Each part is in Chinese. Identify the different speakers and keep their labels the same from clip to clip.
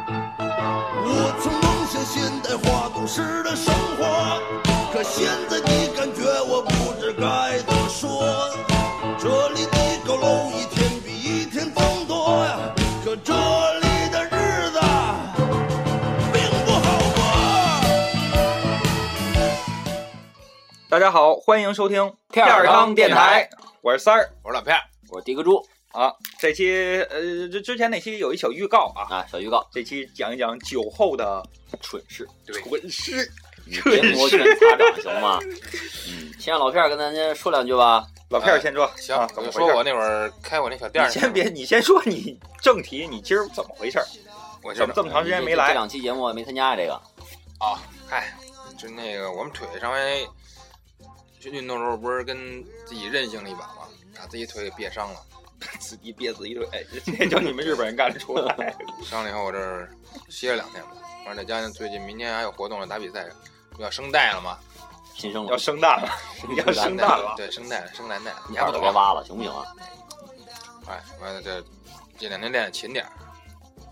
Speaker 1: 我曾梦想现代化都市的生活，可现在你感觉我不知该怎么说。这里的高楼一天比一天增多呀，可这里的日子并不好过。
Speaker 2: 大家好，欢迎收听
Speaker 3: 片儿
Speaker 2: 缸
Speaker 3: 汤电台，
Speaker 2: 我是三儿
Speaker 3: 我是老片儿，我是迪克猪
Speaker 2: 啊。这期呃，之之前那期有一小预告啊，
Speaker 3: 啊。小预告，
Speaker 2: 这期讲一讲酒后的
Speaker 3: 蠢事，
Speaker 2: 蠢事。
Speaker 3: 你别摩拳擦掌行吗？嗯，先让老片儿跟咱先说两句吧。
Speaker 2: 老片儿先说，
Speaker 4: 行
Speaker 2: 啊，怎么回
Speaker 4: 我说
Speaker 2: 事
Speaker 4: 我
Speaker 2: 儿？
Speaker 4: 那会儿开我那小店儿
Speaker 2: 你
Speaker 4: 呢，
Speaker 2: 先别，你先说你正题，你今儿怎么回事儿？
Speaker 4: 我
Speaker 2: 怎
Speaker 4: 就
Speaker 2: 么这么长时间没
Speaker 3: 这
Speaker 2: 来？
Speaker 3: 两期节目没参加这个，
Speaker 4: 啊，嗨，就那个我们腿上回去运动的时候，不是跟自己任性了一把吗？把自己腿给憋伤了，
Speaker 2: 自己憋自己腿，哎这就你们日本人干得出来。
Speaker 4: 伤了以后我这儿歇了两天吧。完了，再加上最近明天还有活动了，打比赛要升带了嘛？
Speaker 3: 新生
Speaker 2: 要
Speaker 3: 了，
Speaker 2: 生蛋了，你要生蛋了。
Speaker 4: 对，升带了，升蓝带了，你
Speaker 3: 你
Speaker 4: 还
Speaker 3: 耳
Speaker 4: 不
Speaker 3: 朵
Speaker 4: 懂
Speaker 3: 别？挖了，行不行啊？
Speaker 4: 哎，完了这这两天练的勤点儿，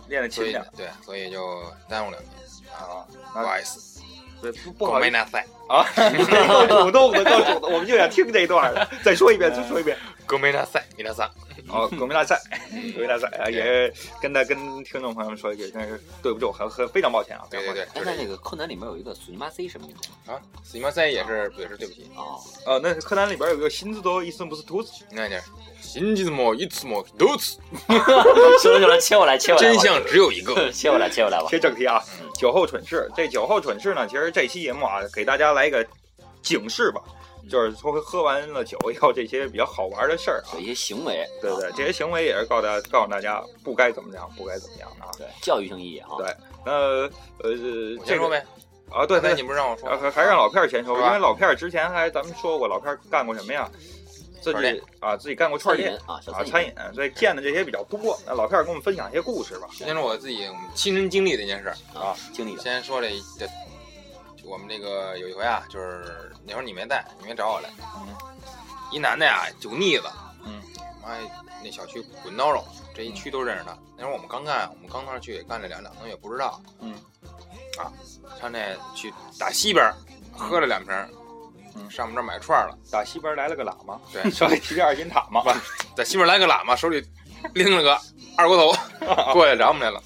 Speaker 2: 练得
Speaker 4: 所
Speaker 2: 勤
Speaker 4: 以
Speaker 2: 点
Speaker 4: 对，所以就耽误两天啊，不
Speaker 2: 那
Speaker 4: 好意思，
Speaker 2: 儿，不不
Speaker 4: 我
Speaker 2: 好意
Speaker 4: 没
Speaker 2: 思
Speaker 4: 拿赛。
Speaker 2: 啊， 够主动的，够主动，我们就想听这一段儿的。再说一遍，再说一遍。
Speaker 4: 哥没拿赛，没拿赛。
Speaker 2: 哦，国民大赛，
Speaker 4: 嗯
Speaker 2: 国民大赛啊，也跟大跟听众朋友们说一句，真是对不住，很很非常抱歉啊。
Speaker 4: 对对对，
Speaker 3: 哎
Speaker 4: 就，
Speaker 3: 那
Speaker 4: 是
Speaker 3: 那个柯南里面有一个索尼玛 C 什么意思
Speaker 4: 啊，死猫三也是也是对不起，
Speaker 3: 哦，
Speaker 2: 呃，那柯南里边有一个新字头一森不是秃子，
Speaker 4: 你看一下，新吉莫一次莫都次，
Speaker 3: 行了行了，切过来切
Speaker 2: 啊
Speaker 3: 过来，
Speaker 4: 真相只有一个。
Speaker 3: 我切过来切过来吧。
Speaker 2: 切正题啊
Speaker 4: 嗯，
Speaker 2: 酒后蠢事。这酒后蠢事呢，其实这期节目啊，给大家来一个警示吧，
Speaker 4: 嗯
Speaker 2: 就是说喝完了酒以后这些比较好玩的事儿啊
Speaker 3: 有，一些行为，啊
Speaker 2: 对对，这些行为也是告大告诉大家不该怎么样，不该怎么样啊。
Speaker 3: 对教育性意义啊。
Speaker 2: 对那呃，
Speaker 4: 我
Speaker 2: 这
Speaker 4: 先
Speaker 2: 个
Speaker 4: 说呗，
Speaker 2: 啊，对
Speaker 4: 刚
Speaker 2: 对
Speaker 4: 才你，不是让我说
Speaker 2: 啊，
Speaker 4: 吗，
Speaker 2: 还还让老片儿先说，
Speaker 4: 是
Speaker 2: 因
Speaker 4: 吧
Speaker 2: 为老片儿之前还咱们说过，老片儿干过什么呀？自
Speaker 4: 串
Speaker 2: 己
Speaker 4: 店
Speaker 2: 啊，自己干过串
Speaker 3: 餐
Speaker 2: 店
Speaker 3: 饮啊，小
Speaker 2: 啊，
Speaker 3: 餐
Speaker 2: 餐
Speaker 3: 饮，
Speaker 2: 饮，所以见的这些比较多。那老片儿给我们分享一些故事吧。
Speaker 4: 先说我自己亲身经历的一件事儿。
Speaker 3: 啊，经历的
Speaker 4: 先说这一这，我们这个有一回啊，就是那会儿你没在，你没找我来，
Speaker 2: 嗯
Speaker 4: 一男的呀，酒腻子，
Speaker 2: 嗯，
Speaker 4: 妈呀那小区滚刀肉，这一区都认识他。那会儿我们刚干，我们刚到那儿去也干了两两个月，不知道，
Speaker 2: 嗯，
Speaker 4: 啊，上那去打西边儿喝了两瓶儿，
Speaker 2: 嗯
Speaker 4: 上我们这儿买串儿了。
Speaker 2: 打西边来了个喇嘛，
Speaker 4: 对
Speaker 2: 手里提着二斤塔嘛，
Speaker 4: 在西边来个喇嘛，手里拎了个二锅
Speaker 2: 哦
Speaker 4: 头， 过来找我们来了。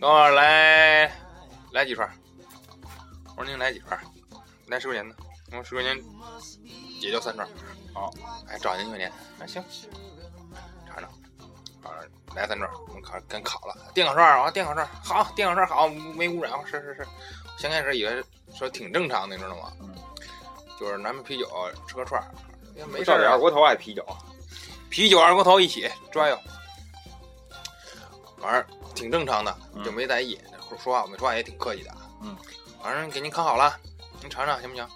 Speaker 4: 等会儿来来几串儿，我说您来几串儿，来十块钱的，我说十块钱也就三串儿，好、还找您一块钱，那、行，尝尝，尝尝，来三串儿，我们烤跟烤了，电烤串儿啊，电烤串儿好，电烤串儿好，没污染，啊是是是，先开始以为说挺正常的，你知道吗
Speaker 2: 嗯？
Speaker 4: 就是拿瓶啤酒吃个串儿，也没
Speaker 2: 不
Speaker 4: 事
Speaker 2: 照
Speaker 4: 儿
Speaker 2: 点
Speaker 4: 啊
Speaker 2: 二，锅头爱啤酒，
Speaker 4: 啤酒二锅头一起抓哟，反正挺正常的，
Speaker 2: 嗯
Speaker 4: 就没在意。说说话我们说话也挺客气的，
Speaker 2: 嗯，
Speaker 4: 反正给您烤好了，您尝尝行不行？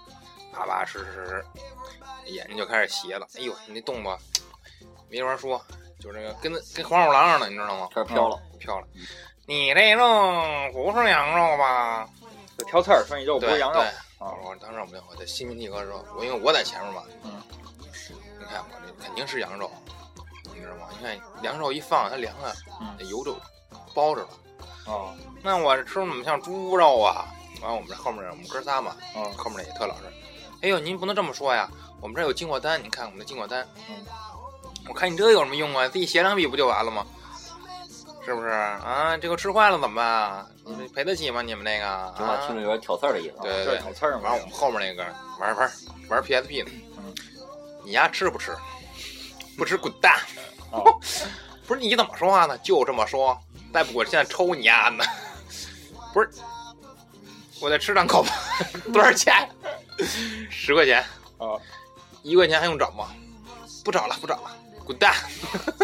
Speaker 4: 啪啪吃吃吃吃，眼睛就开始斜了。哎呦，你那动作没法说，就是那个跟跟黄鼠狼似的，你知道吗？
Speaker 3: 开始飘了，
Speaker 4: 飘
Speaker 2: 嗯
Speaker 4: 了，你这肉不是羊肉吧？
Speaker 2: 就挑刺儿，说你肉不
Speaker 4: 对
Speaker 2: 是羊肉啊
Speaker 4: 对我说啊当时我们我在新民地哥说，我因为我在前面嘛，
Speaker 2: 嗯，
Speaker 4: 你看我这肯定是羊肉，你知道吗？你看羊肉一放，它凉了，
Speaker 2: 嗯
Speaker 4: 那油就包着了。
Speaker 2: 啊
Speaker 4: 那我这吃怎么像猪肉啊？完，我们这后面我们哥仨嘛，
Speaker 2: 啊
Speaker 4: 后面也特老实。哎呦，您不能这么说呀，我们这儿有进货单，你看我们的进货单。
Speaker 2: 嗯
Speaker 4: 我看你这有什么用啊？自己写两笔不就完了吗？是不是啊？这个吃坏了怎么办啊？
Speaker 2: 嗯
Speaker 4: 赔得起吗？你们那个啊？
Speaker 3: 听着听着有点挑刺儿的意思啊。
Speaker 4: 对对
Speaker 2: 这
Speaker 4: 对
Speaker 2: 是，挑刺儿
Speaker 4: 玩
Speaker 2: 嘛
Speaker 4: 我，们后面那个玩玩玩 PSP 呢。
Speaker 2: 嗯
Speaker 4: 你丫吃不吃？不吃滚蛋！
Speaker 2: 哦
Speaker 4: 不是你怎么说话呢？就这么说，再不滚现在抽你丫呢！ 不是，我再吃两口吧。多少钱？十块钱。
Speaker 2: 哦
Speaker 4: 一块钱还用找吗？不找了，不找了，滚蛋！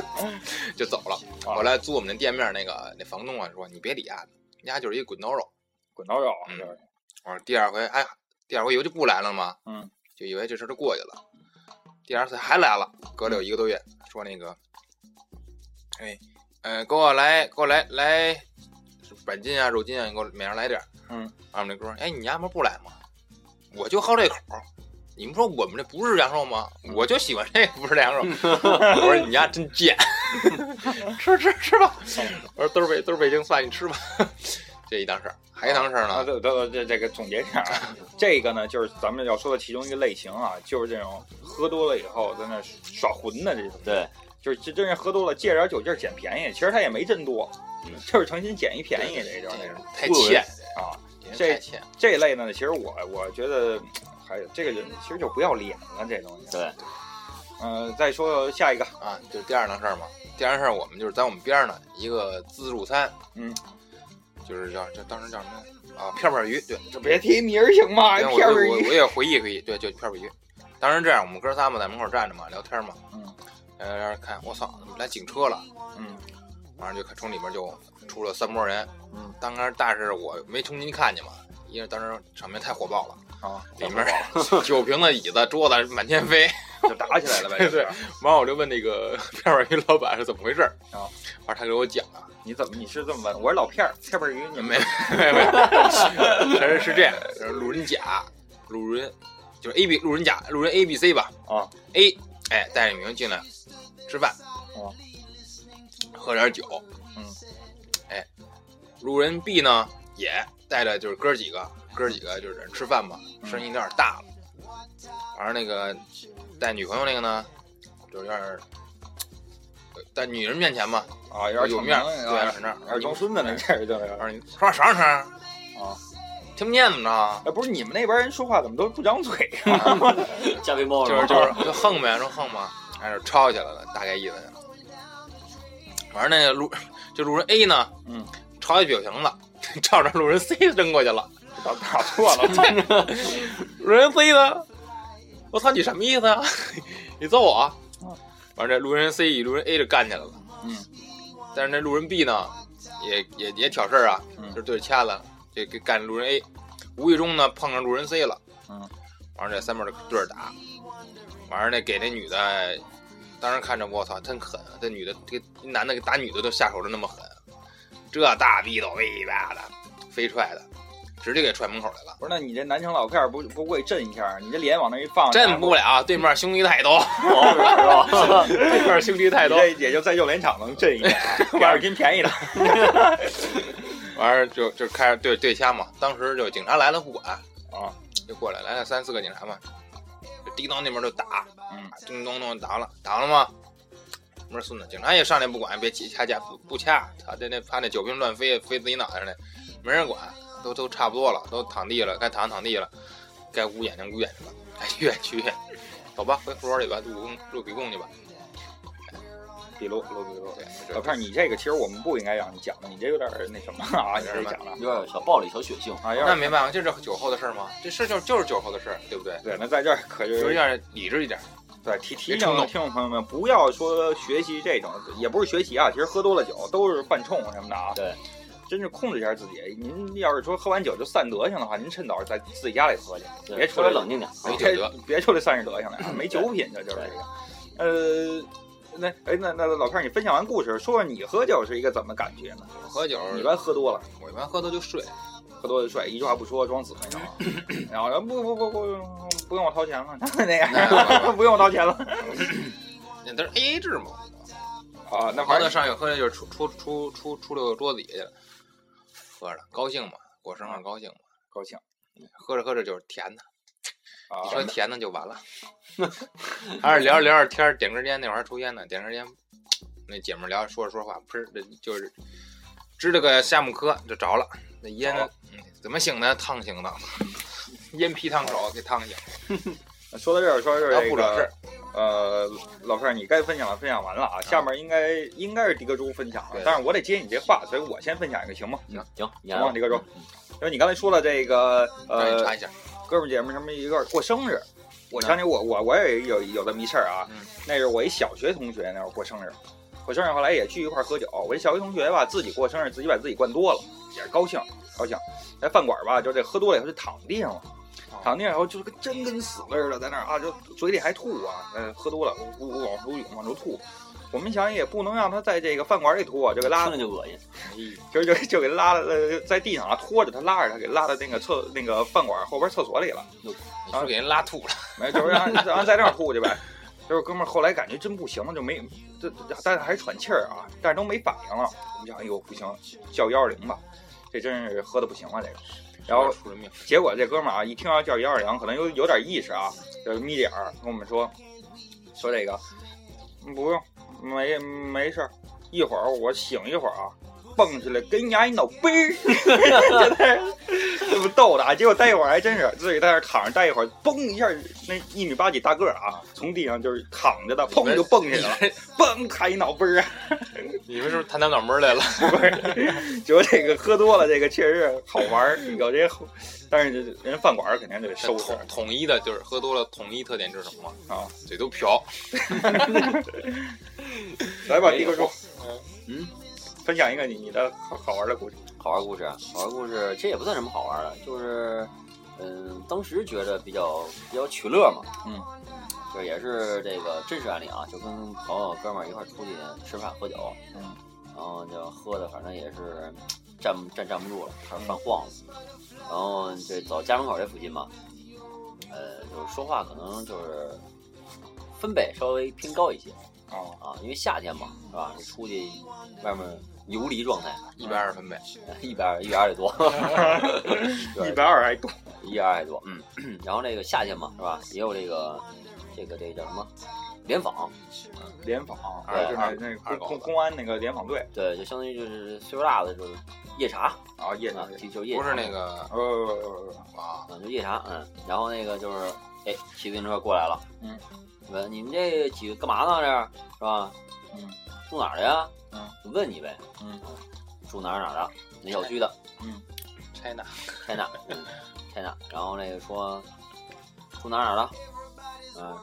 Speaker 4: 就走了。
Speaker 2: 哦
Speaker 4: 后来租我们那店面那个那房东啊说：“你别理丫的，丫就是一滚刀肉。”
Speaker 2: 滚刀肉啊就
Speaker 4: 嗯
Speaker 2: 是
Speaker 4: 我说第二回，哎，第二回以后就不来了嘛，
Speaker 2: 嗯，
Speaker 4: 就以为这事儿就过去了。第二次还来了，隔了有一个多月，说那个，哎，呃，给我来，给我来来，板筋啊、肉筋啊，你给我每人来点儿。
Speaker 2: 嗯，
Speaker 4: 俺们那哥们儿，哎，你丫么不来吗？我就好这口儿，你们说我们这不是羊肉吗？
Speaker 2: 嗯
Speaker 4: 我就喜欢这个不是羊肉。 我说你家真贱，吃吃吃吧。我说都是北都是北京菜，你吃吧。 这一档事儿，还一档事儿
Speaker 2: 啊，
Speaker 4: 呢。
Speaker 2: 这这这这个总结一下啊，这个呢就是咱们要说的其中一个类型啊，就是这种喝多了以后在那耍混的这种，
Speaker 3: 对，
Speaker 2: 就是这真是喝多了借点酒劲儿捡便宜，其实他也没真多
Speaker 3: 嗯，
Speaker 2: 就是诚心捡一便宜，这就是那种
Speaker 4: 太欠，
Speaker 2: 啊。
Speaker 4: 太欠。
Speaker 2: 这一类呢，其实我我觉得，还有这个人其实就不要脸了，这东西。
Speaker 3: 对，
Speaker 2: 嗯、再说下一个，
Speaker 4: 啊，就是第二档事儿嘛。第二事儿，我们就是在我们边儿呢一个自助餐，
Speaker 2: 嗯，
Speaker 4: 就是叫这当时叫什么来着啊？漂漂鱼，对，
Speaker 2: 这别提名儿行吗？
Speaker 4: 对我
Speaker 2: 片儿
Speaker 4: 我
Speaker 2: 一
Speaker 4: 我也回忆回忆，对，就漂漂鱼。当时这样，我们哥仨嘛在门口站着嘛，聊天嘛，
Speaker 2: 嗯
Speaker 4: 聊聊聊看，我操，怎么来警车了？
Speaker 2: 嗯
Speaker 4: 马上就看从里面就出了三拨人，
Speaker 2: 嗯，
Speaker 4: 当时但是我没冲进去看见嘛，因为当时场面太火爆了，
Speaker 2: 啊，
Speaker 4: 里面 酒瓶子、椅子、桌子满天飞。
Speaker 2: 就打起来 了呗。
Speaker 4: 对
Speaker 2: 就是
Speaker 4: 完，我就问那个 漂漂鱼老板是怎么回事儿
Speaker 2: 啊，
Speaker 4: 完他给我讲啊，
Speaker 2: 你怎么你是这么问？我是老片儿，片儿鱼你们
Speaker 4: 没没没，是是这样，就是路人甲，路人就是 A B 路人甲，路人 A B C 吧
Speaker 2: 啊
Speaker 4: A 哎带着明进来吃饭，
Speaker 2: 啊
Speaker 4: 喝点酒，
Speaker 2: 嗯，
Speaker 4: 哎，路人 B 呢也带着就是哥几个，哥几个就是吃饭嘛，
Speaker 2: 嗯
Speaker 4: 声音有点大了，完了那个带女朋友那个呢，就是有点儿。呃在女人面前嘛，
Speaker 2: 啊，有点
Speaker 4: 有
Speaker 2: 逞
Speaker 4: 面儿
Speaker 2: 能
Speaker 4: 对
Speaker 2: 啊
Speaker 4: 有点儿
Speaker 2: 有点装孙子呢，这是就是。
Speaker 4: 我说你说话啥声儿
Speaker 2: 啊？
Speaker 4: 听不见怎么着啊？
Speaker 2: 哎，不是你们那边人说话怎么都不张嘴 啊？
Speaker 3: 加菲猫
Speaker 4: 就是就是就横呗，说横嘛，还是抄起来了，大概意思。反正那个路就路人 A 呢，
Speaker 2: 嗯，
Speaker 4: 抄一酒瓶子， 照着路人 C 扔过去了。
Speaker 2: 打打错了吗？
Speaker 4: 路人 C 呢，我操，你什么意思啊？ 你揍我啊
Speaker 2: 嗯？
Speaker 4: 反正这路人 C 与路人 A 就干起来了。
Speaker 2: 嗯，
Speaker 4: 但是那路人 B 呢，也也也挑事儿啊，
Speaker 2: 嗯
Speaker 4: 就对着掐了，就给干路人 A，无意中呢碰上路人 C 了，
Speaker 2: 嗯，
Speaker 4: 完了这三边就对着打，完了那给那女的，当时看着我操，真狠，啊这女的这男的给打女的都下手的那么狠，这大逼斗哎一吧的飞踹的，直接给踹门口来了，
Speaker 2: 不是，那你这南城老片儿不不会震一下？你这脸往那一放，
Speaker 4: 震不了，对面兄弟 太多，
Speaker 3: 吧？
Speaker 4: 对面兄弟太
Speaker 2: 你
Speaker 4: 多，
Speaker 2: 这也就在右脸场能震一下， 玩二斤便宜的。
Speaker 4: 完了就就开始对对掐嘛，当时就警察来了不管
Speaker 2: 啊，
Speaker 4: 就过来来了三四个警察嘛，就叮当那边就打，
Speaker 2: 嗯，
Speaker 4: 叮咚咚打了打了吗？我说孙子，警察也上来不管，别急掐架不不掐，他这那怕那酒瓶乱飞飞自己脑袋上来，没人管，都都差不多了，都躺地了，该躺躺地了，该捂眼睛捂眼睛了，该去院去院，走吧，回胡同里吧，录公录笔供去吧。
Speaker 2: 比如，比如，比如。
Speaker 4: 对，
Speaker 2: 老
Speaker 4: 这
Speaker 2: 片儿，你这个其实我们不应该让你讲的，你这有点儿那什么啊？你这讲的
Speaker 3: 有点小暴力、小血性。
Speaker 2: 啊，要
Speaker 4: 那
Speaker 2: 是
Speaker 4: 没办法，这是酒后的事儿吗？这事儿就就是酒后的事儿，对不对？
Speaker 2: 对，那在这儿可就
Speaker 4: 就是是要理智一点。
Speaker 2: 对提提
Speaker 4: 别
Speaker 2: 醒
Speaker 4: 冲动
Speaker 2: 听众朋友们，不要说学习这种，也不是学习啊，其实喝多了酒都是犯冲什么的啊。
Speaker 3: 对，
Speaker 2: 真是控制一下自己。您要是说喝完酒就散德行的话，您趁早在自己家里喝去，
Speaker 3: 对
Speaker 2: 别出
Speaker 3: 稍
Speaker 2: 来
Speaker 3: 微冷静点。
Speaker 4: 没酒
Speaker 2: 别
Speaker 4: 德
Speaker 2: 别出来散着德行来 啊，没酒品这就是这个。呃，那哎那那老片儿，你分享完故事，说说你喝酒是一个怎么感觉呢？
Speaker 4: 我喝酒，
Speaker 2: 你一般喝多了。
Speaker 4: 我一般喝多就睡，
Speaker 2: 喝多就睡，一句话不说，装死那 种。然后呃不不不不不用我掏钱了， 那样 不用我掏钱了
Speaker 4: 那都是 A A 制嘛。
Speaker 2: 啊。那
Speaker 4: 好
Speaker 2: 反
Speaker 4: 的，
Speaker 2: 正
Speaker 4: 上去喝的就是出出出出出溜桌子底下去了，喝着高兴嘛，过生日高兴嘛，
Speaker 2: 高兴
Speaker 4: 喝着喝着就是甜的，
Speaker 2: 啊
Speaker 4: 一。说甜的就完 了。还是聊着聊着天儿，点根烟那会儿还抽烟呢，点根烟，那姐们儿聊说着说着话，噗，这就是支了个夏目科就着了，那烟呢、嗯怎么醒的？烫醒的，烟皮烫手给烫醒，
Speaker 2: 说到这儿，说到这
Speaker 4: 然
Speaker 2: 儿这
Speaker 4: 后不惹事
Speaker 2: 个
Speaker 4: 儿。
Speaker 2: 呃，老范儿，你该分享了，分享完了啊。下面应该应该是迪哥猪分享了
Speaker 4: 对，
Speaker 2: 但是我得接你这话，所以我先分享一个行吗？
Speaker 3: 行行，嗯你
Speaker 2: 行吗，
Speaker 3: 来吧
Speaker 2: 迪哥猪？因为你刚才说了这个
Speaker 4: 让你
Speaker 2: 呃
Speaker 4: 查一下。
Speaker 2: 哥们儿姐们儿什么一块儿过生日，我想起我我我也有有这么一事儿啊，
Speaker 4: 嗯
Speaker 2: 那是我一小学同学那会儿过生日，过生日后来也聚一块儿喝酒，我一小学同学吧自己过生日自己把自己灌多了，也是高兴高兴，在饭馆吧就这喝多了以后就躺地上了。躺地上以后就是跟真跟死了似的，在那儿啊，就嘴里还吐啊，呃，喝多了，呜呜往出涌往出吐，我们想也不能让他在这个饭馆里吐啊，就给拉
Speaker 3: 听着就恶心。
Speaker 2: 就就就给拉了，在地上啊，拖着他，拉着他，给拉到那个厕那个饭馆后边厕所里了。
Speaker 4: 你是不是给人拉吐了，
Speaker 2: 没，就是让让人在那儿吐去呗。就是哥们儿后来感觉真不行了，就没这，这但是还喘气儿啊，但是都没反应了。我们想，哎呦不行，叫幺二零吧，这真是喝的不行了这个。然后
Speaker 4: 出人命，
Speaker 2: 结果这哥们儿啊，一听要叫幺二零，可能有有点意识啊，就是眯着眼儿跟我们说，说这个嗯不用，没没事儿，一会儿我醒一会儿啊，蹦起来跟人家一脑杯儿，哎就在那这不逗的啊。结果待一会儿还真是自己在那儿躺着待一会儿，嘣一下，那一米八几大个儿啊，从地上就是躺着的，砰就蹦起来了， 蹦他一脑杯儿啊。
Speaker 4: 你们是不是谈到脑门儿来 了？
Speaker 2: 不是，就这个喝多了，这个确实好玩儿，有这些，但是人饭馆儿肯定就得收拾
Speaker 4: 统统一的就是喝多了，统一特点就是什么？
Speaker 2: 啊。
Speaker 4: 嘴都瓢。
Speaker 2: 来吧，一个说，
Speaker 3: 嗯，
Speaker 2: 分享一个你你的好好玩儿的故事。
Speaker 3: 好玩故事，啊，好玩故事，这也不算什么好玩的，就是，嗯，当时觉得比较比较取乐嘛，
Speaker 2: 嗯，
Speaker 3: 就也是这个真实案例啊，就跟朋友哥们儿一块儿出去吃饭喝酒，
Speaker 2: 嗯，
Speaker 3: 然后就喝的反正也是站不站站不住了，开
Speaker 2: 嗯
Speaker 3: 始犯晃了，然后这走家门口这附近嘛，呃，就是说话可能就是分贝稍微偏高一些
Speaker 2: 哦，
Speaker 3: 啊，因为夏天嘛，是吧？你出去外面游离状态。
Speaker 4: 一百二十分贝，
Speaker 3: 一百二一百二得多，
Speaker 2: 一百二还多。
Speaker 3: 一百二十多，嗯。 然后那个夏天嘛，是吧？也有这个这个这个叫什么联访，
Speaker 2: 联访，
Speaker 4: 二
Speaker 2: 就是那
Speaker 4: 二
Speaker 2: 那
Speaker 4: 二
Speaker 2: 公公
Speaker 4: 狗
Speaker 2: 公安那个联访队
Speaker 3: 对，就相当于就是岁数大的就是夜茶
Speaker 2: 啊，夜
Speaker 3: 啊，就就夜茶
Speaker 4: 不是那个
Speaker 2: 呃呃
Speaker 4: 啊，
Speaker 3: 啊，就夜茶，嗯。然后那个就是哎，骑自行车过来了，
Speaker 2: 嗯，
Speaker 3: 问你们这几个干嘛呢？这儿是吧？
Speaker 2: 嗯，
Speaker 3: 住哪儿的呀？
Speaker 2: 嗯，
Speaker 3: 问你呗，
Speaker 2: 嗯，
Speaker 3: 住哪儿哪儿的，哪小区的？
Speaker 4: China，
Speaker 3: China，嗯，China，然后那个说住哪儿哪儿了，嗯、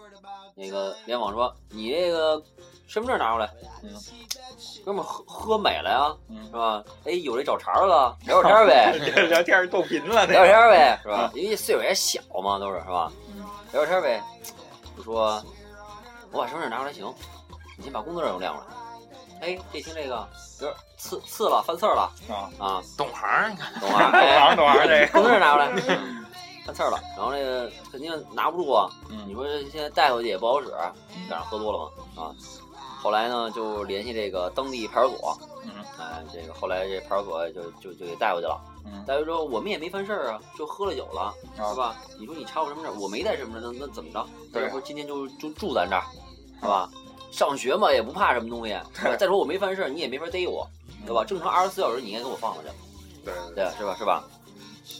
Speaker 3: 那个联网说你这个身份证拿过来，
Speaker 2: 嗯，
Speaker 3: 哥们儿喝喝美了呀，
Speaker 2: 嗯
Speaker 3: 是吧？哎，有这找茬儿了，聊会儿天 儿呗，
Speaker 2: 呃，聊天儿逗贫了，
Speaker 3: 聊
Speaker 2: 天
Speaker 3: 会儿天儿呗，是吧？
Speaker 2: 嗯
Speaker 3: 因为岁数也小嘛，都是是吧？聊会儿天儿呗，就说我把身份证拿过来行，你先把工作证给我亮过来。哎，这听这个有点刺刺了，犯刺儿了
Speaker 2: 啊，
Speaker 3: 啊，
Speaker 4: 懂行儿，你看
Speaker 3: 懂吗？
Speaker 2: 懂
Speaker 3: 哎
Speaker 2: 行懂行这个，
Speaker 3: 工作证拿过来，看刺儿了，然后那个肯定拿不住啊。你
Speaker 2: 嗯
Speaker 3: 说这现在带回去也不好使，赶上喝多了嘛啊。后来呢，就联系这个当地派出所，
Speaker 2: 嗯
Speaker 3: 哎，这个后来这派出所就就就给带回去了。
Speaker 2: 嗯
Speaker 3: 带回去之后，我们也没犯事儿啊，就喝了酒了，
Speaker 2: 啊
Speaker 3: 是吧？你说你查我身份证，我没带身份证，那那怎么着？
Speaker 2: 对啊
Speaker 3: 要不今天就就住咱这儿，是吧？上学嘛，也不怕什么东西。啊是吧再说我没犯事儿，你也没法逮我，对吧？正常二十四小时，你应该给我放回去。
Speaker 2: 对
Speaker 3: 对，是吧？是吧？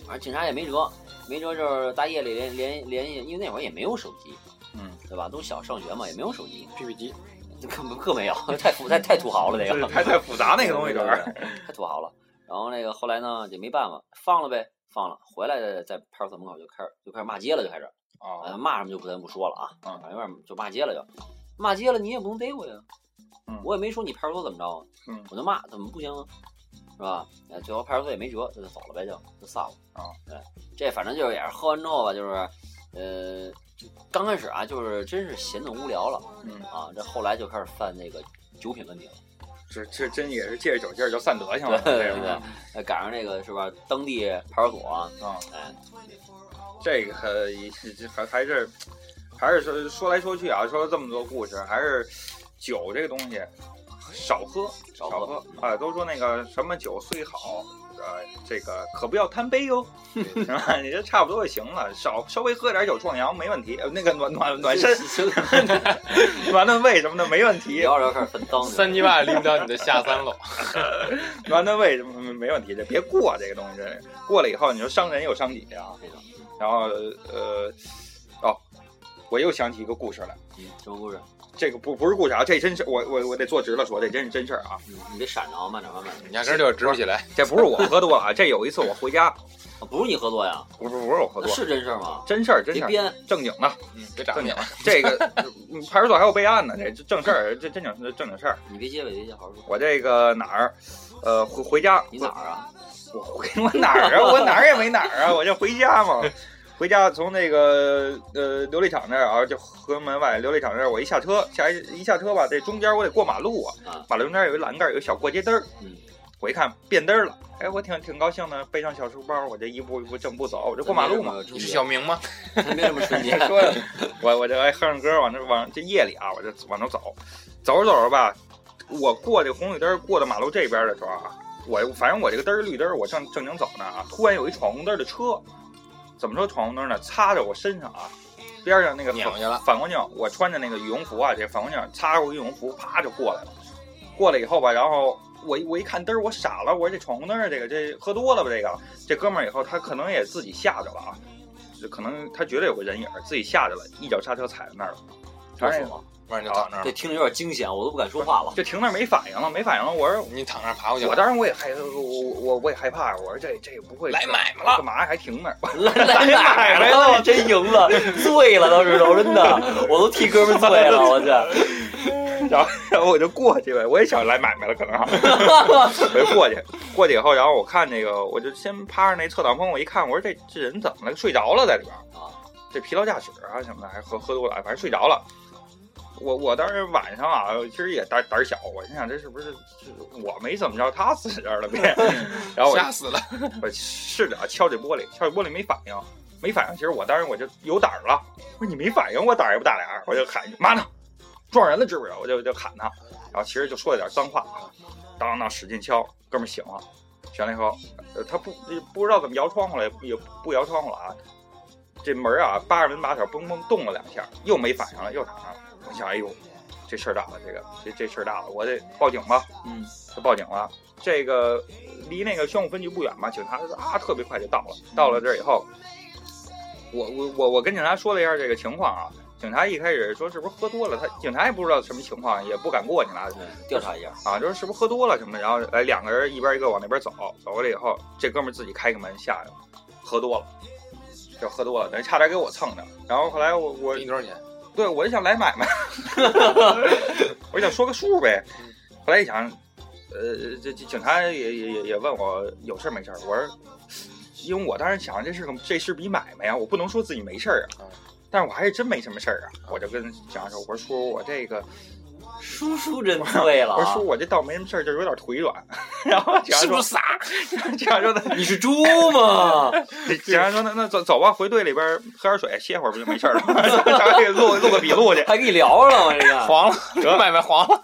Speaker 3: 反正警察也没辙，没辙就是大夜里联联联系，因为那会儿也没有手机，
Speaker 2: 嗯，
Speaker 3: 对吧？都小上学嘛，也没有手机，
Speaker 4: ，PP 机，
Speaker 3: 这根本更没有，太富太太土豪了，这
Speaker 2: 这
Speaker 3: 个
Speaker 2: 太太复杂 那个东西有点 儿，
Speaker 3: 太土豪了。然后那个后来呢，也没办法，放了呗，放了。回来在派出所门口就开始就开始骂街了，就开始，
Speaker 2: 啊
Speaker 3: 呃，骂什么就不咱不说了啊，
Speaker 2: 嗯
Speaker 3: 反正有点就骂街了就，骂街了你也不能逮我呀，
Speaker 2: 嗯
Speaker 3: 我也没说你派出所怎么着啊，
Speaker 2: 嗯
Speaker 3: 我就骂怎么不行啊，是吧？哎，最后派出所也没辙，就走了呗，就就散了。
Speaker 2: 啊，
Speaker 3: 对，这反正就是也是喝完之后吧，就是，呃，就刚开始啊，就是真是闲得无聊了
Speaker 2: 嗯，
Speaker 3: 啊，这后来就开始犯那个酒品问题了，
Speaker 2: 这这真也是借着酒劲儿就散德行
Speaker 3: 对
Speaker 2: 了，
Speaker 3: 对
Speaker 2: 这
Speaker 3: 对
Speaker 2: 个，
Speaker 3: 哎赶上这个是吧？当地派出所啊，
Speaker 2: 啊，
Speaker 3: 哎，
Speaker 2: 这个呃也这还还是还是说说来说去啊，说了这么多故事，还是酒这个东西少喝
Speaker 3: 少
Speaker 2: 少
Speaker 3: 喝
Speaker 2: 喝啊，都说那个什么酒虽好，呃，这个可不要贪杯 哟，是吧？你这差不多就行了，少稍微喝点酒壮阳没问题，呃那个暖暖暖身 暖暖胃什么的没问题，
Speaker 3: 聊着聊着开始分脏去了，
Speaker 4: 三级坝领导你的下三路，
Speaker 2: 暖暖胃什么没没问题，这别过这个东西，这过了以后你说伤人又伤己啊。
Speaker 3: 这种
Speaker 2: 然后呃，哦，我又想起一个故事来。
Speaker 3: 什么故事？
Speaker 2: 这个不不是故事啊，这真是我我我得坐直了说，这真是真事儿啊，
Speaker 3: 你你得闪着啊，慢点慢点，
Speaker 4: 你压根儿就直不起来，
Speaker 2: 这不是我喝多了啊，这有一次我回家，
Speaker 3: 啊不是你喝多呀？
Speaker 2: 不是不是我喝
Speaker 3: 那
Speaker 2: 多，
Speaker 3: 是真事儿吗？
Speaker 2: 真事儿真
Speaker 3: 别
Speaker 2: 事儿，
Speaker 3: 编，
Speaker 2: 正经的，
Speaker 4: 嗯，别长
Speaker 2: 正经
Speaker 4: 脸
Speaker 2: 的， 这个嗯派出所还有备案呢，这这正事儿，这正经正经事儿，
Speaker 3: 你别结尾，别结，好好说。
Speaker 2: 我这个哪儿，呃回回家，
Speaker 3: 你哪儿啊？
Speaker 2: 我回我哪儿啊，我哪儿也没哪儿啊，我就回家嘛，回家从那个呃琉璃厂那儿啊，就河门外琉璃厂那儿，我一下车，下一一下车吧，这中间我得过马路啊，
Speaker 3: 啊
Speaker 2: 马路中间有一栏杆，有一小过街灯儿，
Speaker 3: 嗯，
Speaker 2: 我一看变灯儿了，哎，我挺挺高兴的，背上小书包，我这一步一步正步走，我就过马路嘛。，
Speaker 4: 你 是小明 吗？
Speaker 3: 没这么纯洁
Speaker 2: 说的，我我这哎哼着歌往这往这夜里啊，我就往那走，走着走着吧，我过这红绿灯儿过到马路这边的时候啊，我反正我这个灯儿绿灯儿，我正正经走呢啊，突然有一闯红灯儿的车，怎么说闯红灯儿呢？擦着我身上啊，边上那个
Speaker 4: 撵
Speaker 2: 反
Speaker 4: 过去了
Speaker 2: 反光镜，我穿着那个羽绒服啊，这反光镜擦着我羽绒服，啪就过来了。过来以后吧，然后我一我一看灯儿，我傻了，我说这闯红灯儿啊这个这喝多了吧这个这哥们儿以后他可能也自己吓着了啊，就可能他觉得有个人影儿，自己吓着了，一脚刹车踩在那儿了，
Speaker 3: 这
Speaker 4: 哎
Speaker 2: 哎
Speaker 3: 是吗？
Speaker 4: 不然你就躺那儿
Speaker 3: 这
Speaker 4: 吧，
Speaker 3: 听着有点惊险，我都不敢 说话了。
Speaker 2: 就停那儿没反应了，没反应了。我说
Speaker 4: 你躺那儿爬过去了。
Speaker 2: 我当然我也害我我我也害怕，我说这这不会
Speaker 4: 来买卖了
Speaker 2: 干嘛还停那儿？
Speaker 3: 来来
Speaker 2: 哎买
Speaker 3: 买
Speaker 2: 了
Speaker 3: 了，真赢了，醉了都是都真的，我都替哥们醉了，我去。
Speaker 2: 然 后我就过去呗，我也想来买卖了，可能啊，我就过去，过去以后，然后我看那个，我就先趴着那侧挡风，我一看，我说这这人怎么了？睡着了在里边儿
Speaker 3: 啊，
Speaker 2: 这疲劳驾驶啊什么的，还喝喝多了，反正睡着了。我我当时晚上啊，其实也胆胆小，我心想这是不是是我没怎么着，他死这儿了别， 然后我就
Speaker 4: 吓死了，
Speaker 2: 我试着啊敲这玻璃，敲这玻璃没反应，没反应。其实我当时我就有胆儿了，我说你没反应，我胆儿也不大点儿，我就喊一句妈呢，撞人了知不知道？我就就喊他，然后其实就说了点脏话啊，当当当使劲敲，哥们儿醒了，醒了以后，呃，他不不知道怎么摇窗户了，也不也不摇窗户了啊，这门儿啊扒着门把手嘣嘣动了两下，又没反应了，又躺上了。我想，哎呦，这事儿大了，这个这这事儿大了，我得报警吧。
Speaker 3: 嗯，
Speaker 2: 就报警了。这个离那个宣武分局不远嘛，警察啊特别快就到了。到了这儿以后，我我我我跟警察说了一下这个情况啊，警察一开始说是不是喝多了，他警察也不知道什么情况，也不敢过去拿
Speaker 3: 调查一下，
Speaker 2: 啊，就是是不是喝多了什么的。然后哎，两个人一边一个往那边走，走过来以后，这哥们儿自己开个门下去了，喝多了。就喝多了，等于差点给我蹭着。然后后来我我
Speaker 4: 给你多少钱？
Speaker 2: 对，我就想来 买卖，我就想说个数呗。后来一想，呃，这这警察也也也也问我有事儿没事儿，我说，因为我当时想这是个这是笔买卖呀，我不能说自己没事儿啊
Speaker 4: 嗯，
Speaker 2: 但是我还是真没什么事儿啊。我就跟警察说，我说叔，我这个，
Speaker 3: 叔叔真醉了
Speaker 2: 我说
Speaker 3: 啊
Speaker 2: 叔，！我这倒没什么事儿，就是有点腿软。 然后警察
Speaker 4: 是不
Speaker 2: 说
Speaker 4: 是，傻？
Speaker 2: 警察说那
Speaker 3: 你是猪吗？
Speaker 2: 警察说那那走走吧，回队里边儿喝点水歇会儿不就没事儿了吗？ 警察给录录个笔录去。
Speaker 3: 还给你聊上了吗？这个
Speaker 4: 黄了，买卖黄了，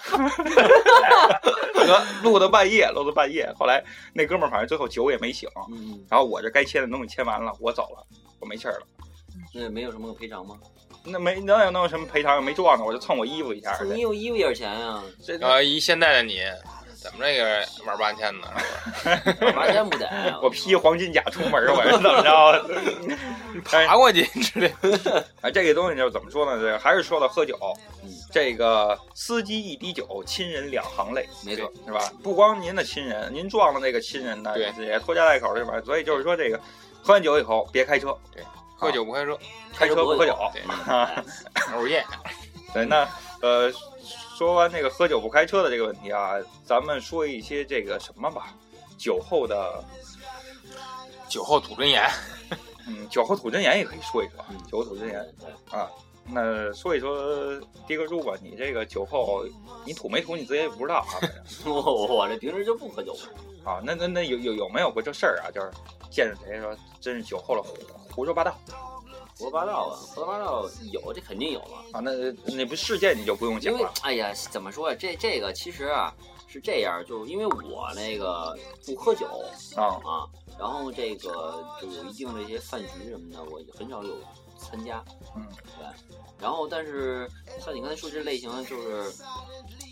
Speaker 2: 得录到半夜，录到半夜。后来那哥们儿反正最后酒也没醒，
Speaker 3: 嗯，
Speaker 2: 然后我这该签的东西签完了，我走了，我没气儿了。
Speaker 3: 那没有什么赔偿吗？
Speaker 2: 那没能有能有什么赔偿？又没撞着，我就蹭我衣服一下。
Speaker 3: 你有衣服也是钱啊 呀，
Speaker 2: 这这
Speaker 4: 呃，以现在的你，怎么着也玩八千呢？
Speaker 3: 完全不得啊呀。
Speaker 2: 我披黄金甲出门儿，我是怎么着？啊哎
Speaker 4: 爬过去之类的。
Speaker 2: 哎，这个东西就是怎么说呢？这个还是说到喝酒
Speaker 3: 嗯，
Speaker 2: 这个司机一滴酒，亲人两行泪，
Speaker 3: 没错，
Speaker 2: 是吧？呃不光您的亲人，您撞了那个亲人呢，
Speaker 4: 对
Speaker 2: 也拖家带口，对吧？所以就是说，这个喝完酒以后别开车，
Speaker 4: 喝酒不开 车，
Speaker 2: 开车不喝酒。
Speaker 4: 对，
Speaker 2: 啊。
Speaker 4: 熬夜。
Speaker 2: 对，那呃，说完这个喝酒不开车的这个问题啊，咱们说一些这个什么吧，酒后的，
Speaker 4: 酒后吐真 言，
Speaker 2: 嗯，酒后吐真言也可以说一说啊
Speaker 3: 嗯，
Speaker 2: 酒后吐真言。
Speaker 3: 对，
Speaker 2: 那说一说的哥猪吧，你这个酒后你吐没吐你自己也不知道啊。反正
Speaker 3: 我我这平时就不喝酒嘛，
Speaker 2: 啊，那那那有有有没有过这事儿啊？就是见着谁说真是酒后了胡胡说八道
Speaker 3: 胡说八道啊，胡说八道有，这肯定有了。
Speaker 2: 啊？那那不事件你就不用
Speaker 3: 因
Speaker 2: 讲
Speaker 3: 为
Speaker 2: 了。
Speaker 3: 哎呀，怎么说呀、这这个其实啊是这样，就是因为我那个不喝酒
Speaker 2: 啊
Speaker 3: 啊，然后这个就有一定这些饭局什么的，我很少有参加。
Speaker 2: 嗯，
Speaker 3: 对。然后，但是像你刚才说这类型，就是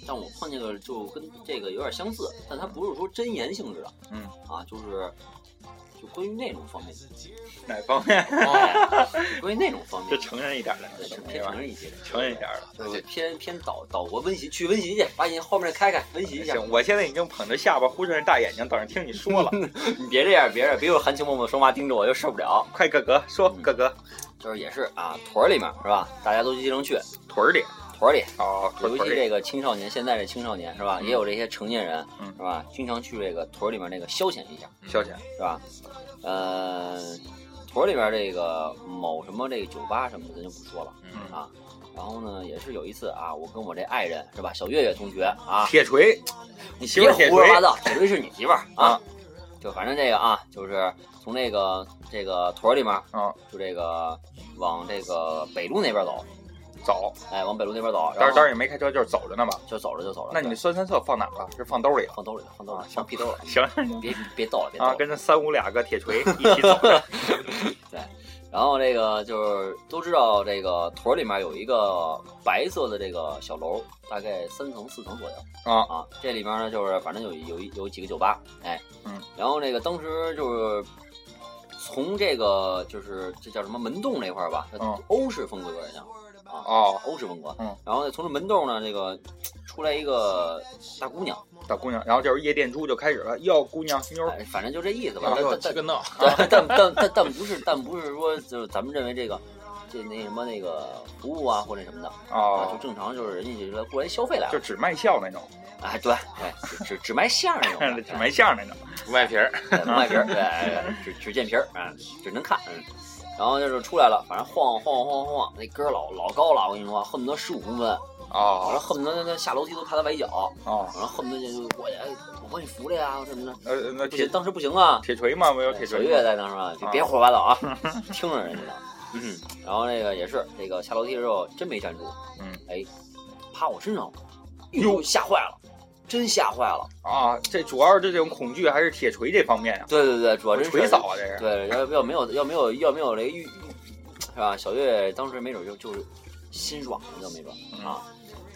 Speaker 3: 但我碰见个就跟这个有点相似，但它不是说真言性质的。
Speaker 2: 嗯，
Speaker 3: 啊，就是就关于那种方面，
Speaker 2: 哪方面？
Speaker 4: 哦
Speaker 3: 就关于那种方
Speaker 2: 就
Speaker 3: 面，
Speaker 2: 成人一点的，
Speaker 3: 对，
Speaker 2: 成
Speaker 3: 偏成人一些。
Speaker 2: 人一点的。
Speaker 3: 就是偏偏岛岛国温习，去温习去，把你后面开开，温习一下。
Speaker 2: 行，我现在已经捧着下巴，呼着大眼睛，等着听你说了。
Speaker 3: 你别这样，别这样，别有含情脉脉说话盯着我，又受不了。
Speaker 2: 快，哥哥说，
Speaker 3: 嗯
Speaker 2: 哥哥
Speaker 3: 就是也是啊，屯儿里面是吧？大家都经常去
Speaker 2: 屯儿里
Speaker 3: 屯儿里，
Speaker 2: 哦，屯
Speaker 3: 尤
Speaker 2: 儿
Speaker 3: 其
Speaker 2: 里
Speaker 3: 这个青少年，现在这青少年是吧？
Speaker 2: 嗯
Speaker 3: 也有这些成年人
Speaker 2: 嗯
Speaker 3: 是
Speaker 2: 啊
Speaker 3: 吧？经常去这个屯儿里面那个消遣一下
Speaker 2: 消遣
Speaker 3: 是吧？呃，屯儿里边这个某什么这个酒吧什么的，咱就不说了
Speaker 4: 嗯
Speaker 3: 啊。然后呢，也是有一次啊，我跟我这爱人是吧，小月月同学 啊，
Speaker 2: 嗯铁锤，
Speaker 3: 你
Speaker 2: 媳
Speaker 3: 别
Speaker 2: 妇儿铁
Speaker 3: 胡说
Speaker 2: 锤
Speaker 3: 八道，铁锤是你媳妇儿啊
Speaker 2: 啊。
Speaker 3: 就反正这个啊，就是从这个这个屯儿里面
Speaker 2: 啊，
Speaker 3: 就这个往这个北路那边走，
Speaker 2: 走，
Speaker 3: 哎，往北路那边走，
Speaker 2: 当
Speaker 3: 然
Speaker 2: 时当
Speaker 3: 后
Speaker 2: 时也没开车，就是走着呢吧。
Speaker 3: 就走着就走着。
Speaker 2: 那你那
Speaker 3: 对
Speaker 2: 酸酸涩放哪儿了？是放兜里了？
Speaker 3: 放兜里了，放兜里了，
Speaker 2: 行
Speaker 3: 放屁兜了。
Speaker 2: 啊行
Speaker 3: 别别逗了，别逗
Speaker 2: 啊，
Speaker 3: 了。
Speaker 2: 跟着三五两个铁 锤一起走着。
Speaker 3: 然后这个就是都知道，这个屯儿里面有一个白色的这个小楼，大概三层四层左右
Speaker 2: 啊
Speaker 3: 啊。这里面呢，就是反正有有一有几个酒吧，哎，
Speaker 2: 嗯。
Speaker 3: 然后那个当时就是从这个就是这叫什么门洞这块儿吧，
Speaker 2: 嗯
Speaker 3: 欧式风格有点像啊，
Speaker 2: 哦，
Speaker 3: 欧式风格。
Speaker 2: 嗯。
Speaker 3: 然后呢，从这门洞呢，这个出来一个大姑娘，
Speaker 2: 大姑娘，然后就是夜店猪就开始了，哟，姑娘妞儿，
Speaker 3: 哎反正就这意思吧。
Speaker 2: 啊
Speaker 4: 哎
Speaker 3: 但
Speaker 4: 呦，
Speaker 3: 但
Speaker 4: 七
Speaker 3: 但
Speaker 4: 个 闹，
Speaker 3: 但但但但但不是，但不是说就是咱们认为这个这那什么那个服务啊或者什么的啊，就
Speaker 2: 哦，
Speaker 3: 正常就是人家就是过来消费来
Speaker 2: 就
Speaker 3: 了，
Speaker 2: 只卖笑那种，
Speaker 3: 哎，对对，只只只卖馅儿那种的，
Speaker 2: 只卖相那种。
Speaker 4: 不卖 皮儿，
Speaker 3: 对不卖皮儿，对，只只见皮儿啊，只能看。嗯然后就是出来了，反正晃晃晃晃晃，那哥儿老老高了，我跟你说，恨不得十五公分，完了
Speaker 2: 哦
Speaker 3: 恨不得那那下楼梯都看他崴脚，
Speaker 2: 哦，
Speaker 3: 完了恨不得就过去，哎我帮你扶着呀什么的，
Speaker 2: 呃，那
Speaker 3: 不行，
Speaker 2: 铁
Speaker 3: 当时不行啊，
Speaker 2: 铁锤嘛，不有铁
Speaker 3: 小
Speaker 2: 锤
Speaker 3: 月
Speaker 2: 吗？
Speaker 3: 在那儿嘛，就
Speaker 2: 啊
Speaker 3: 别胡说八道 啊，听着人家的。嗯，然后那个也是，这个下楼梯之后真没站住，
Speaker 2: 嗯，
Speaker 3: 哎，趴我身上了，哟，吓坏了，真吓坏了。
Speaker 2: 啊，这主要是这种恐惧还是铁锤这方面啊，
Speaker 3: 对对对，主要真是
Speaker 2: 锤嫂啊，这是。
Speaker 3: 对，要要没有要没有要没有这个预，预是吧？小月当时没准就就是心软了，就没准
Speaker 2: 嗯
Speaker 3: 啊，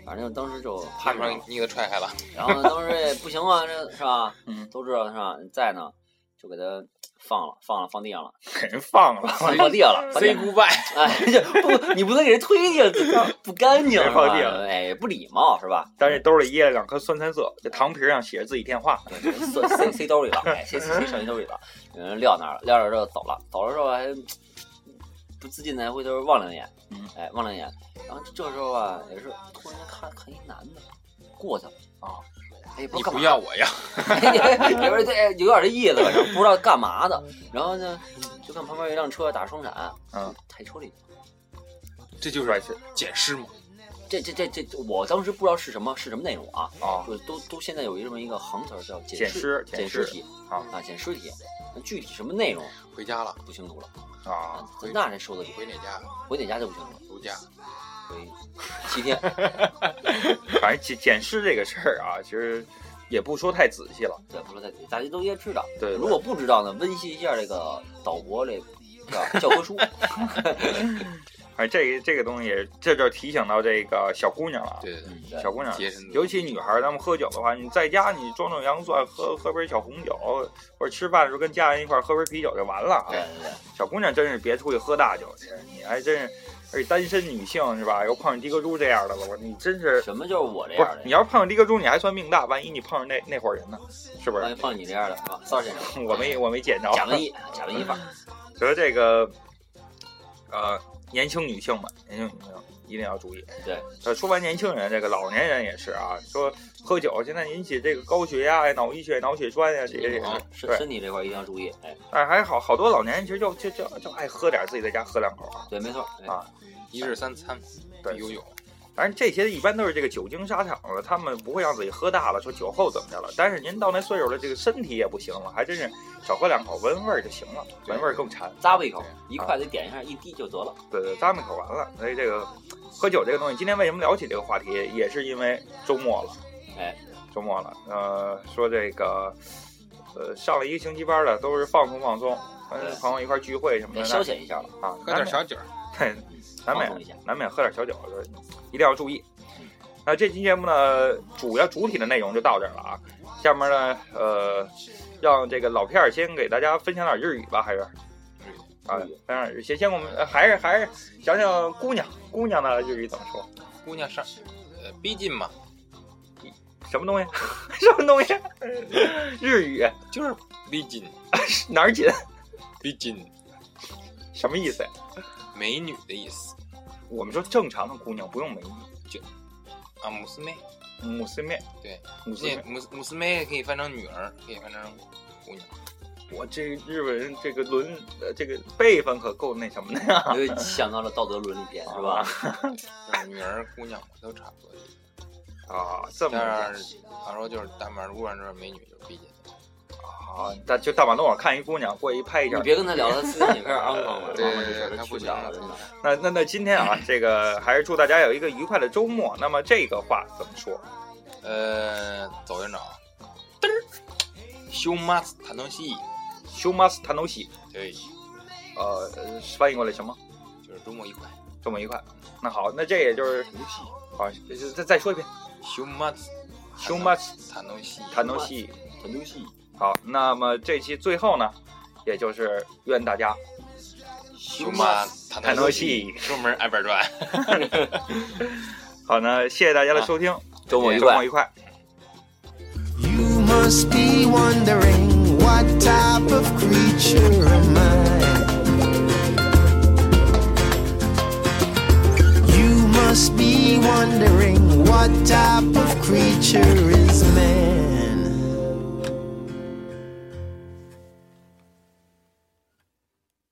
Speaker 3: 反正当时就趴
Speaker 4: 他
Speaker 3: 身上了
Speaker 4: 说。你给他踹开了，
Speaker 3: 然后呢，当时这不行啊，这是吧？
Speaker 2: 嗯
Speaker 3: 都知道是吧？在呢，就给他放了，放了，放地上了，
Speaker 2: 给人放了，
Speaker 3: 放地上了，放地
Speaker 4: say
Speaker 3: 上了
Speaker 4: goodbye，
Speaker 3: 哎， 这不，你不能给人推地，不干净是
Speaker 2: 别放
Speaker 3: 吧
Speaker 2: 地了？
Speaker 3: 哎，不礼貌是吧？
Speaker 2: 但是兜里掖了两颗酸菜色，这糖皮儿上写着自己电话。
Speaker 3: 对塞塞塞兜里了，哎，塞塞塞上衣兜里了，有人撂那儿了，撂那儿之后走了，走了之后还不自禁的回头望两眼
Speaker 2: 嗯，
Speaker 3: 哎，望两眼，然后这时候啊，也是突然间看看一男的过去了
Speaker 2: 啊，
Speaker 3: 哎，不知道
Speaker 4: 你
Speaker 3: 干
Speaker 4: 不
Speaker 3: 嘛
Speaker 4: 要我要，
Speaker 3: 也不是对，有点这意思，反正不知道干嘛的。然后呢，就看旁边有一辆车打双闪，
Speaker 2: 嗯，
Speaker 3: 抬车里。
Speaker 4: 这就是捡尸嘛，
Speaker 3: 这这这这，我当时不知道是什么是什么内容啊，
Speaker 2: 啊，
Speaker 3: 就都都现在有一这么一个行词儿叫
Speaker 2: 捡
Speaker 3: 捡
Speaker 2: 尸，
Speaker 3: 捡
Speaker 2: 尸
Speaker 3: 体
Speaker 2: 啊
Speaker 3: 啊，捡尸体，那具体什么内容
Speaker 4: 回家了，
Speaker 3: 不清楚了
Speaker 2: 啊
Speaker 3: 啊，那这说的
Speaker 4: 回哪家？
Speaker 3: 回哪家就不清楚了，
Speaker 4: 如家，
Speaker 3: 回 七天，
Speaker 2: 反正捡捡尸这个事儿啊，其实也不说太仔细了。
Speaker 3: 对，不说在大家都应该知道。
Speaker 2: 对，
Speaker 3: 如果不知道呢，温习一下这个岛国这叫教 科书，
Speaker 2: 反正这个这个东西也是，这就提醒到这个小姑娘了啊。
Speaker 4: 对对对，
Speaker 3: 嗯，对
Speaker 2: 小姑娘，
Speaker 4: 洁身自
Speaker 2: 尤其女孩儿，她们喝酒的话，你在家你装装洋蒜，喝喝杯小红酒，或者吃饭的时候跟家人一块儿喝杯啤酒就完了啊
Speaker 3: 对。对对。
Speaker 2: 小姑娘真是别出去喝大酒去，你还真是，而且单身女性是吧？又碰上的哥猪这样的了，我你真是
Speaker 3: 什么就是我这
Speaker 2: 不
Speaker 3: 样
Speaker 2: 是？你
Speaker 3: 的？
Speaker 2: 要碰上的哥猪，你还算命大，万一你碰上那那伙人呢？是不
Speaker 3: 万一
Speaker 2: 是？
Speaker 3: 放你这样的啊，邵先生，
Speaker 2: 我没我没捡着。
Speaker 3: 假文艺，假文
Speaker 2: 嗯
Speaker 3: 艺范儿，
Speaker 2: 所以这个，呃，年轻女性们，年轻女性一定要注意。
Speaker 3: 对，
Speaker 2: 呃，说完年轻人，这个老年人也是啊，说喝酒现在引起这个高血压呀、脑溢血、脑血栓呀这些这个
Speaker 4: 啊，
Speaker 3: 身
Speaker 2: 对
Speaker 3: 身体这块儿一定要注意。哎，
Speaker 2: 但是还好，好多老年人其实就就就就爱喝点，自己在家喝两口啊。
Speaker 3: 对，没错，哎
Speaker 2: 啊
Speaker 4: 一日三餐，
Speaker 2: 对
Speaker 4: 悠悠，
Speaker 2: 当然这些一般都是这个酒精沙场了，他们不会让自己喝大了，说酒后怎么着了。但是您到那岁数了，这个身体也不行了，还真是少喝两口，闻味儿就行了，
Speaker 4: 对
Speaker 2: 闻味儿更馋。
Speaker 3: 咂巴一口，一筷子点一下，一滴就得了。
Speaker 2: 对对，咂们口完了。所以这个喝酒这个东西，今天为什么聊起这个话题，也是因为周末了，
Speaker 3: 哎，
Speaker 2: 周末了，呃，说这个，呃，上了一个星期班了，都是放松放松，
Speaker 3: 对哎
Speaker 2: 跟朋友一块儿聚会什么
Speaker 3: 该
Speaker 2: 的，
Speaker 3: 消遣一下了，
Speaker 2: 啊，
Speaker 4: 喝点小酒儿，
Speaker 2: 难免， 难
Speaker 3: 放
Speaker 2: 免
Speaker 3: 松一下。
Speaker 2: 难免喝点小酒，一定要注意。那这期节目呢，主要主体的内容就到这儿了啊。下面呢，呃，让这个老片儿先给大家分享点日语吧，还是啊，分享点日语先先给我们，呃还是还是讲讲姑娘姑娘的日语怎么说？
Speaker 4: 姑娘上，呃，逼近嘛，
Speaker 2: 什么东西？ 什么 东西？日语
Speaker 4: 就是逼近，
Speaker 2: 哪儿紧？
Speaker 4: 逼近，
Speaker 2: 什么意思呀？
Speaker 4: 美女的意思
Speaker 2: 我们说正常的姑娘不用美女，
Speaker 4: 啊，姆斯妹，
Speaker 2: 母斯妹
Speaker 4: 对，
Speaker 2: 母斯
Speaker 4: 这
Speaker 2: 妹
Speaker 4: 姆斯姆斯妹可以翻成女儿，可以翻成姑娘，
Speaker 2: 我这日本人这个伦呃这个辈分可够那什么的呀，
Speaker 3: 因为想到了道德伦理篇，是
Speaker 4: 啊
Speaker 3: 吧？
Speaker 4: 大女儿姑娘我都差不多，
Speaker 2: 啊，这么
Speaker 4: 但是他说就是大马路上这美女就是逼近，
Speaker 2: 啊，大就大马路上看一姑娘过去拍一
Speaker 3: 你
Speaker 2: 张，
Speaker 3: 别跟他聊了，私下里开始肮脏了，
Speaker 4: 对
Speaker 3: 妈妈这事儿
Speaker 4: 他
Speaker 3: 去
Speaker 4: 不
Speaker 3: 不了了，
Speaker 4: 行
Speaker 3: 真的。
Speaker 2: 那那那今天啊，这个还是祝大家有一个愉快的周末。那么这个话怎么说？
Speaker 4: 呃，走院长，嘚儿，修马斯坦东西，
Speaker 2: 修马斯坦诺西，
Speaker 4: 对，
Speaker 2: 呃，翻译过来什么？
Speaker 4: 就是周末愉快，
Speaker 2: 周末愉快。那好，那这也就是啊，就是再再说一遍，
Speaker 4: 修马斯
Speaker 2: 修马斯
Speaker 4: 坦东西，
Speaker 2: 坦诺西。
Speaker 3: 很牛戏，啊
Speaker 2: 好，那么这期最后呢，也就是愿大家
Speaker 4: 修马斯
Speaker 2: 坦
Speaker 4: 坦
Speaker 2: 诺
Speaker 4: 东
Speaker 2: 西
Speaker 4: 西，。出门挨板砖。
Speaker 2: 好呢，谢谢大家的收听，
Speaker 3: 啊周末愉
Speaker 2: 周
Speaker 3: 快
Speaker 2: 末。愉快。
Speaker 1: You must be wondering what type of creature am I? You must be wondering what type of creature is man.